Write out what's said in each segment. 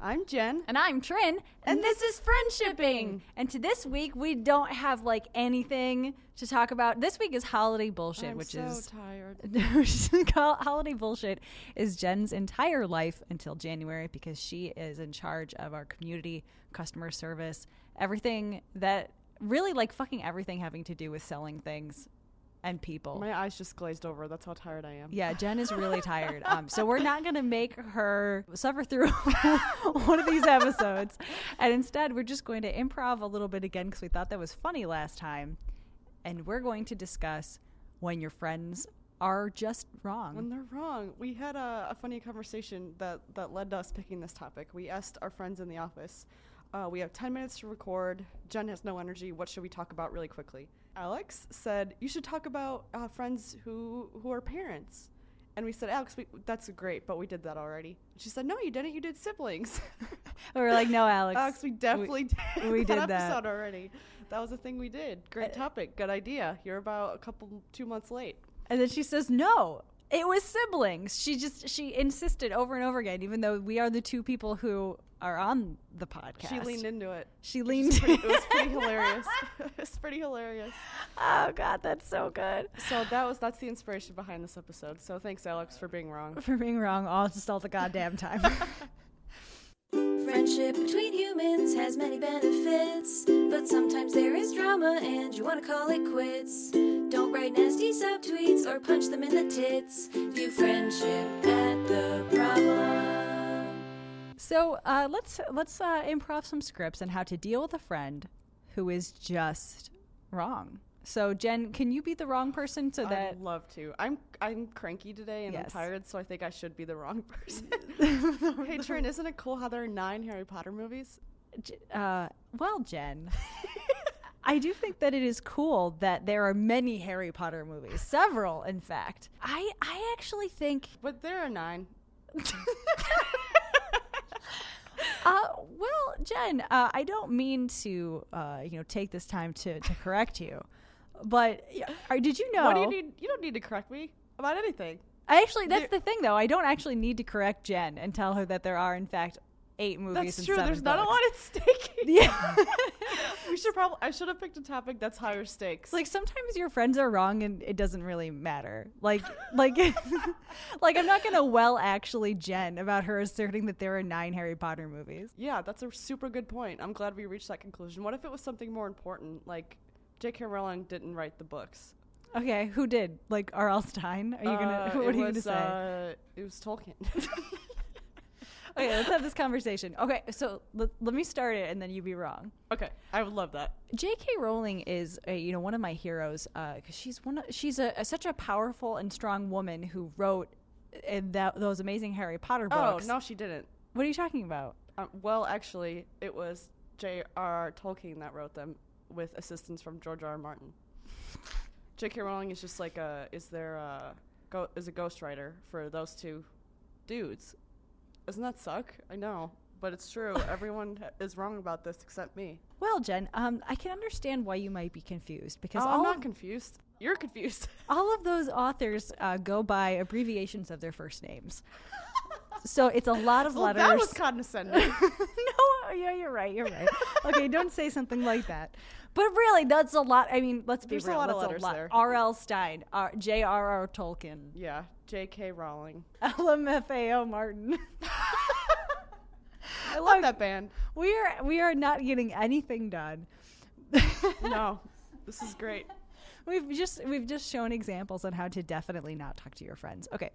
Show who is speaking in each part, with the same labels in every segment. Speaker 1: I'm Jen.
Speaker 2: And I'm Trin, and, this, is Friendshipping. And to this week, we don't have like anything to talk about. This week is holiday bullshit,
Speaker 1: I'm
Speaker 2: which
Speaker 1: so
Speaker 2: is
Speaker 1: tired.
Speaker 2: holiday bullshit is Jen's entire life until January because she is in charge of our community, customer service, everything that really like fucking everything having to do with selling things and people.
Speaker 1: My eyes just glazed over. That's how tired I am.
Speaker 2: Yeah, Jen is really tired. Um, so we're not going to make her suffer through one of these episodes. And instead, we're just going to improv a little bit again because we thought that was funny last time. And we're going to discuss when your friends are just
Speaker 1: When
Speaker 2: wrong.
Speaker 1: they're wrong, we had a, a funny conversation that, that led to us picking this topic. We asked our friends in the office, uh, we have 10 minutes to record. Jen has no energy. What should we talk about really quickly? Alex said, You should talk about uh, friends who, who are parents. And we said, Alex, we, that's great, but we did that already. She said, No, you didn't. You did siblings.
Speaker 2: We were like, no, Alex.
Speaker 1: Alex, we definitely did,
Speaker 2: we
Speaker 1: that
Speaker 2: did that. Uh,
Speaker 1: episode already. That was a thing we did. Great topic. Good idea. You're about a couple, two months late.
Speaker 2: And then she says, no, it was siblings. She just, she insisted over and over again, even though we are the two people who are on the podcast.
Speaker 1: She leaned into it.
Speaker 2: She
Speaker 1: It
Speaker 2: leaned
Speaker 1: was pretty, it was
Speaker 2: in.
Speaker 1: pretty hilarious. it's pretty hilarious.
Speaker 2: oh, God, that's so good.
Speaker 1: So that was that's the inspiration behind this episode. So thanks, Alex, for being wrong.
Speaker 2: for being wrong all just all the goddamn time.
Speaker 3: Friendship between humans has many benefits, but sometimes there is drama and you want to call it quits. Don't write nasty subtweets or punch them in the tits. View friendship at the problem.
Speaker 2: so uh, let's let's uh, improv some scripts on how to deal with a friend who is just wrong. So Jen, can you be the wrong person so that
Speaker 1: I'd love to. I'm I'm cranky today and I'm
Speaker 2: Yes.
Speaker 1: tired, so I think I should be the wrong person. hey, Trin, isn't it cool how there are nine Harry Potter movies?
Speaker 2: J- uh, well, Jen. I do think that it is cool that there are many Harry Potter movies, several, in fact. I I actually think
Speaker 1: But there are nine.
Speaker 2: Uh, well, Jen, uh, I don't mean to, uh, you know, take this time to, to correct you, but yeah, are- did you know?
Speaker 1: What do you need? You don't need to correct me about anything.
Speaker 2: I actually, that's the thing, though. I don't actually need to correct Jen and tell her that there are, in fact, eight movies.
Speaker 1: That's
Speaker 2: and
Speaker 1: true.
Speaker 2: seven
Speaker 1: There's not a
Speaker 2: books.
Speaker 1: lot at stake.
Speaker 2: Yeah.
Speaker 1: we should probably. I should have picked a topic that's higher stakes.
Speaker 2: like sometimes your friends are wrong and it doesn't really matter. Like, like, like I'm not gonna well actually Jen about her asserting that there are nine Harry Potter movies.
Speaker 1: yeah, that's a super good point. I'm glad we reached that conclusion. What if it was something more important, like J.K. Rowling didn't write the books?
Speaker 2: Okay, who did? Like R.L. Stein? Are you gonna?
Speaker 1: Uh,
Speaker 2: what
Speaker 1: it
Speaker 2: are you gonna
Speaker 1: was,
Speaker 2: say?
Speaker 1: Uh, it was Tolkien.
Speaker 2: Okay, let's have this conversation. Okay, so let, let me start it and then you be wrong.
Speaker 1: okay, I would love that.
Speaker 2: J.K. Rowling is, a, you know, one of my heroes because she's one. Of, she's a, a- such a powerful and strong woman who wrote in that, those amazing Harry Potter books.
Speaker 1: Oh no, she didn't.
Speaker 2: What are you talking about?
Speaker 1: Um, well, actually, it was J.R. Tolkien that wrote them with assistance from George R. R. Martin. J.K. Rowling is just like a is there a go, is a ghostwriter for those two dudes. Doesn't that suck? I know, but it's true. Everyone is wrong about this except me.
Speaker 2: Well, Jen, um, I can understand why you might be confused because
Speaker 1: Oh, I'm
Speaker 2: all
Speaker 1: not
Speaker 2: of,
Speaker 1: confused. You're confused.
Speaker 2: all of those authors uh, go by abbreviations of their first names. So it's a lot of
Speaker 1: well,
Speaker 2: letters.
Speaker 1: that was condescending.
Speaker 2: no, uh, yeah, you're right. You're right. Okay, don't say something like that. But really, that's a lot. I mean, let's be
Speaker 1: There's a
Speaker 2: real.
Speaker 1: lot of
Speaker 2: that's
Speaker 1: letters there.
Speaker 2: R.L. Stein, R- J.R.R. Tolkien,
Speaker 1: yeah, J.K. Rowling.
Speaker 2: LMFAO Martin.
Speaker 1: I love that band.
Speaker 2: we are we are not getting anything done.
Speaker 1: No, this is great.
Speaker 2: We've just we've just shown examples on how to definitely not talk to your friends. Okay.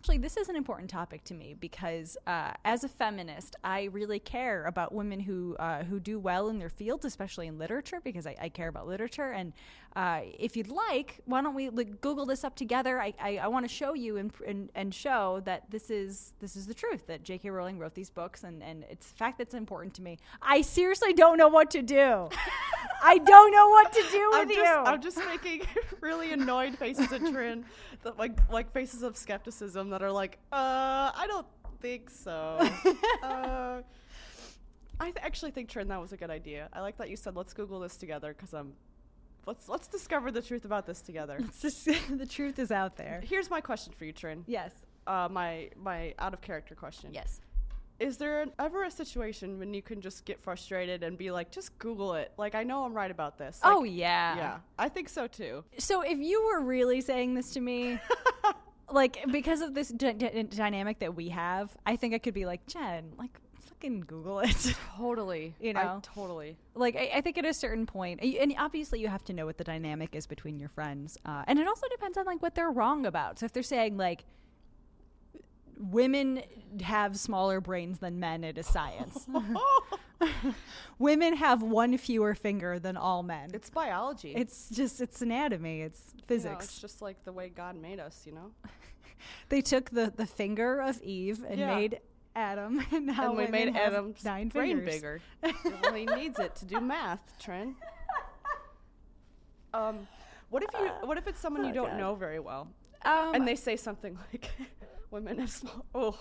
Speaker 2: Actually, this is an important topic to me because uh, as a feminist, I really care about women who uh, who do well in their fields, especially in literature, because I, I care about literature. And uh, if you'd like, why don't we like, Google this up together? I, I, I want to show you and, and, and show that this is this is the truth that J.K. Rowling wrote these books, and, and it's a fact that's important to me. I seriously don't know what to do. I don't know what to do with
Speaker 1: I'm just,
Speaker 2: you.
Speaker 1: I'm just making really annoyed faces at Trin, that like like faces of skepticism that are like, uh, I don't think so. uh, I th- actually think Trin, that was a good idea. I like that you said let's Google this together because I'm let's let's discover the truth about this together.
Speaker 2: It's just- the truth is out there.
Speaker 1: Here's my question for you, Trin.
Speaker 2: Yes.
Speaker 1: Uh, my my out of character question.
Speaker 2: Yes.
Speaker 1: Is there an- ever a situation when you can just get frustrated and be like, just Google it? Like, I know I'm right about this. Like,
Speaker 2: oh yeah.
Speaker 1: yeah. I think so too.
Speaker 2: So if you were really saying this to me, like because of this d- d- dynamic that we have, I think I could be like Jen, like fucking Google it.
Speaker 1: Totally.
Speaker 2: You
Speaker 1: I
Speaker 2: know?
Speaker 1: totally.
Speaker 2: like I, I think at a certain point, y- and obviously you have to know what the dynamic is between your friends, uh, and it also depends on like what they're wrong about. So if they're saying like women have smaller brains than men, it is science. women have one fewer finger than all men.
Speaker 1: It's biology.
Speaker 2: It's just it's anatomy. It's
Speaker 1: You
Speaker 2: physics.
Speaker 1: know, it's just like the way God made us, you know?
Speaker 2: they took the the finger of Eve and
Speaker 1: Yeah.
Speaker 2: made Adam, and now
Speaker 1: and we
Speaker 2: women
Speaker 1: made
Speaker 2: have
Speaker 1: Adam's
Speaker 2: nine
Speaker 1: brain
Speaker 2: fingers.
Speaker 1: bigger. well, he needs it to do math, Trin. Um, what if you? What if it's someone you don't know very well,
Speaker 2: Um,
Speaker 1: and they say something like, "Women have small." Oh,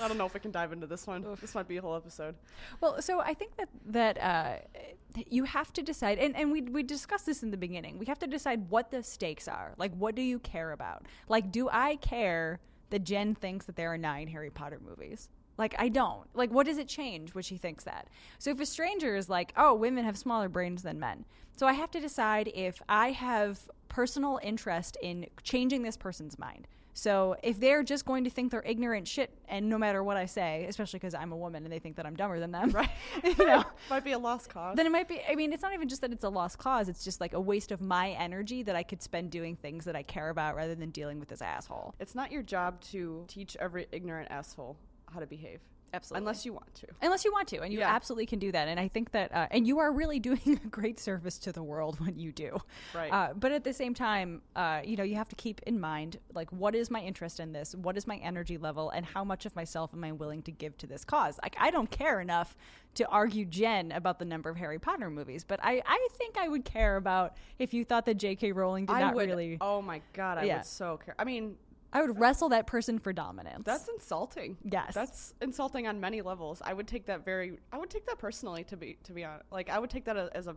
Speaker 1: I don't know if we can dive into this one. This might be a whole episode.
Speaker 2: Well, so I think that that uh, you have to decide, and, and we we discussed this in the beginning. We have to decide what the stakes are. Like, what do you care about? Like, do I care that Jen thinks that there are nine Harry Potter movies? Like, I don't. Like, what does it change when she thinks that? So if a stranger is like, "Oh, women have smaller brains than men," so I have to decide if I have personal interest in changing this person's mind. So if they're just going to think they're ignorant shit, and no matter what I say, especially because I'm a woman and they think that I'm dumber than them, right? you know,
Speaker 1: Might be a lost cause.
Speaker 2: then it might be. I mean, it's not even just that it's a lost cause; it's just like a waste of my energy that I could spend doing things that I care about rather than dealing with this asshole.
Speaker 1: it's not your job to teach every ignorant asshole how to behave,
Speaker 2: Absolutely.
Speaker 1: unless you want to.
Speaker 2: Unless you want to, and you
Speaker 1: Yeah.
Speaker 2: absolutely can do that. And I think that, uh, and you are really doing a great service to the world when you do.
Speaker 1: Right.
Speaker 2: Uh, but at the same time, uh, you know, you have to keep in mind, like, what is my interest in this? What is my energy level? And how much of myself am I willing to give to this cause? Like, I don't care enough to argue Jen about the number of Harry Potter movies, but I, I think I would care about if you thought that J.K. Rowling did
Speaker 1: I
Speaker 2: not
Speaker 1: would.
Speaker 2: really.
Speaker 1: Oh my god, I
Speaker 2: Yeah.
Speaker 1: would so care. I mean,
Speaker 2: I would wrestle that person for dominance.
Speaker 1: That's insulting.
Speaker 2: Yes.
Speaker 1: that's insulting on many levels. I would take that very. I would take that personally. To be to be honest, like I would take that a- as a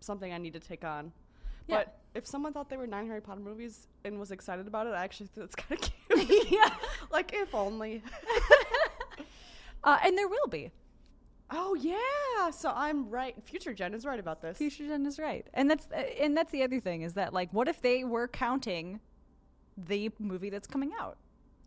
Speaker 1: something I need to take on.
Speaker 2: Yeah.
Speaker 1: But if someone thought they were nine Harry Potter movies and was excited about it, I actually think that's kind of cute.
Speaker 2: yeah.
Speaker 1: like if only.
Speaker 2: Uh, and there will be.
Speaker 1: Oh yeah, so I'm right. Future Jen is right about this.
Speaker 2: Future Jen is right, and that's uh, and that's the other thing is that like, what if they were counting the movie that's coming out?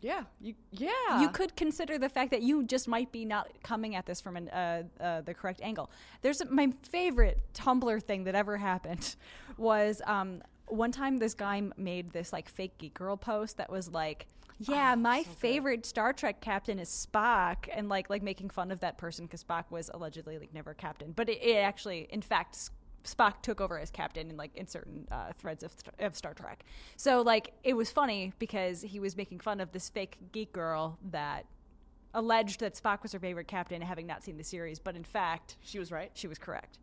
Speaker 1: Yeah, you yeah.
Speaker 2: You could consider the fact that you just might be not coming at this from an, uh, uh, the correct angle. There's my favorite Tumblr thing that ever happened was um, one time this guy m- made this like fake geek girl post that was like. Yeah, my favorite Star Trek captain is Spock, and like like making fun of that person because Spock was allegedly like never captain, but it, it actually, in fact, S- Spock took over as captain in like in certain uh, threads of, Star- of Star Trek. So like it was funny because he was making fun of this fake geek girl that alleged that Spock was her favorite captain, having not seen the series, but in fact
Speaker 1: She was right.
Speaker 2: she was correct.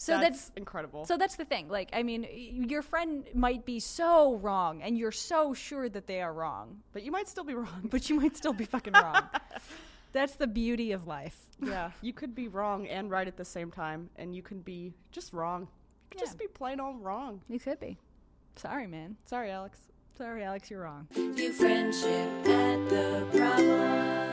Speaker 2: So that's
Speaker 1: incredible.
Speaker 2: so that's the thing. Like, I mean, y- your friend might be so wrong, and you're so sure that they are wrong,
Speaker 1: but you might still be wrong.
Speaker 2: but you might still be fucking wrong. That's the beauty of life.
Speaker 1: yeah, you could be wrong and right at the same time, and you can be just wrong. You could
Speaker 2: Yeah.
Speaker 1: just be plain old wrong.
Speaker 2: You could be. Sorry, man.
Speaker 1: Sorry, Alex.
Speaker 2: Sorry, Alex, you're wrong.
Speaker 3: View friendship at the problem.